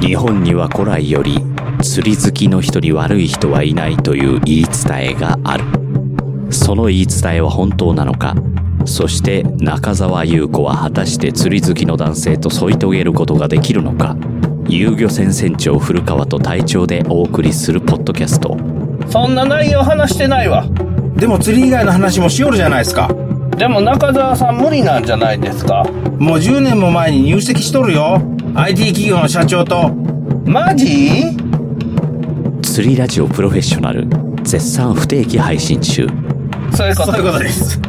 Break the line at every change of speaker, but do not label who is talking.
日本には古来より釣り好きの人に悪い人はいないという言い伝えがあるその言い伝えは本当なのかそして中澤優子は果たして釣り好きの男性と添い遂げることができるのか遊漁船船長古川と隊長でお送りするポッドキャスト
そんな内容話してないわ
でも釣り以外の話もしよるじゃないですか
でも中澤さん無理なんじゃないですか
もう10年も前に入籍しとるよ IT 企業の社長と
マジ
釣りラジオプロフェッショナル絶賛不定期配信中
そういうこ
そういうことです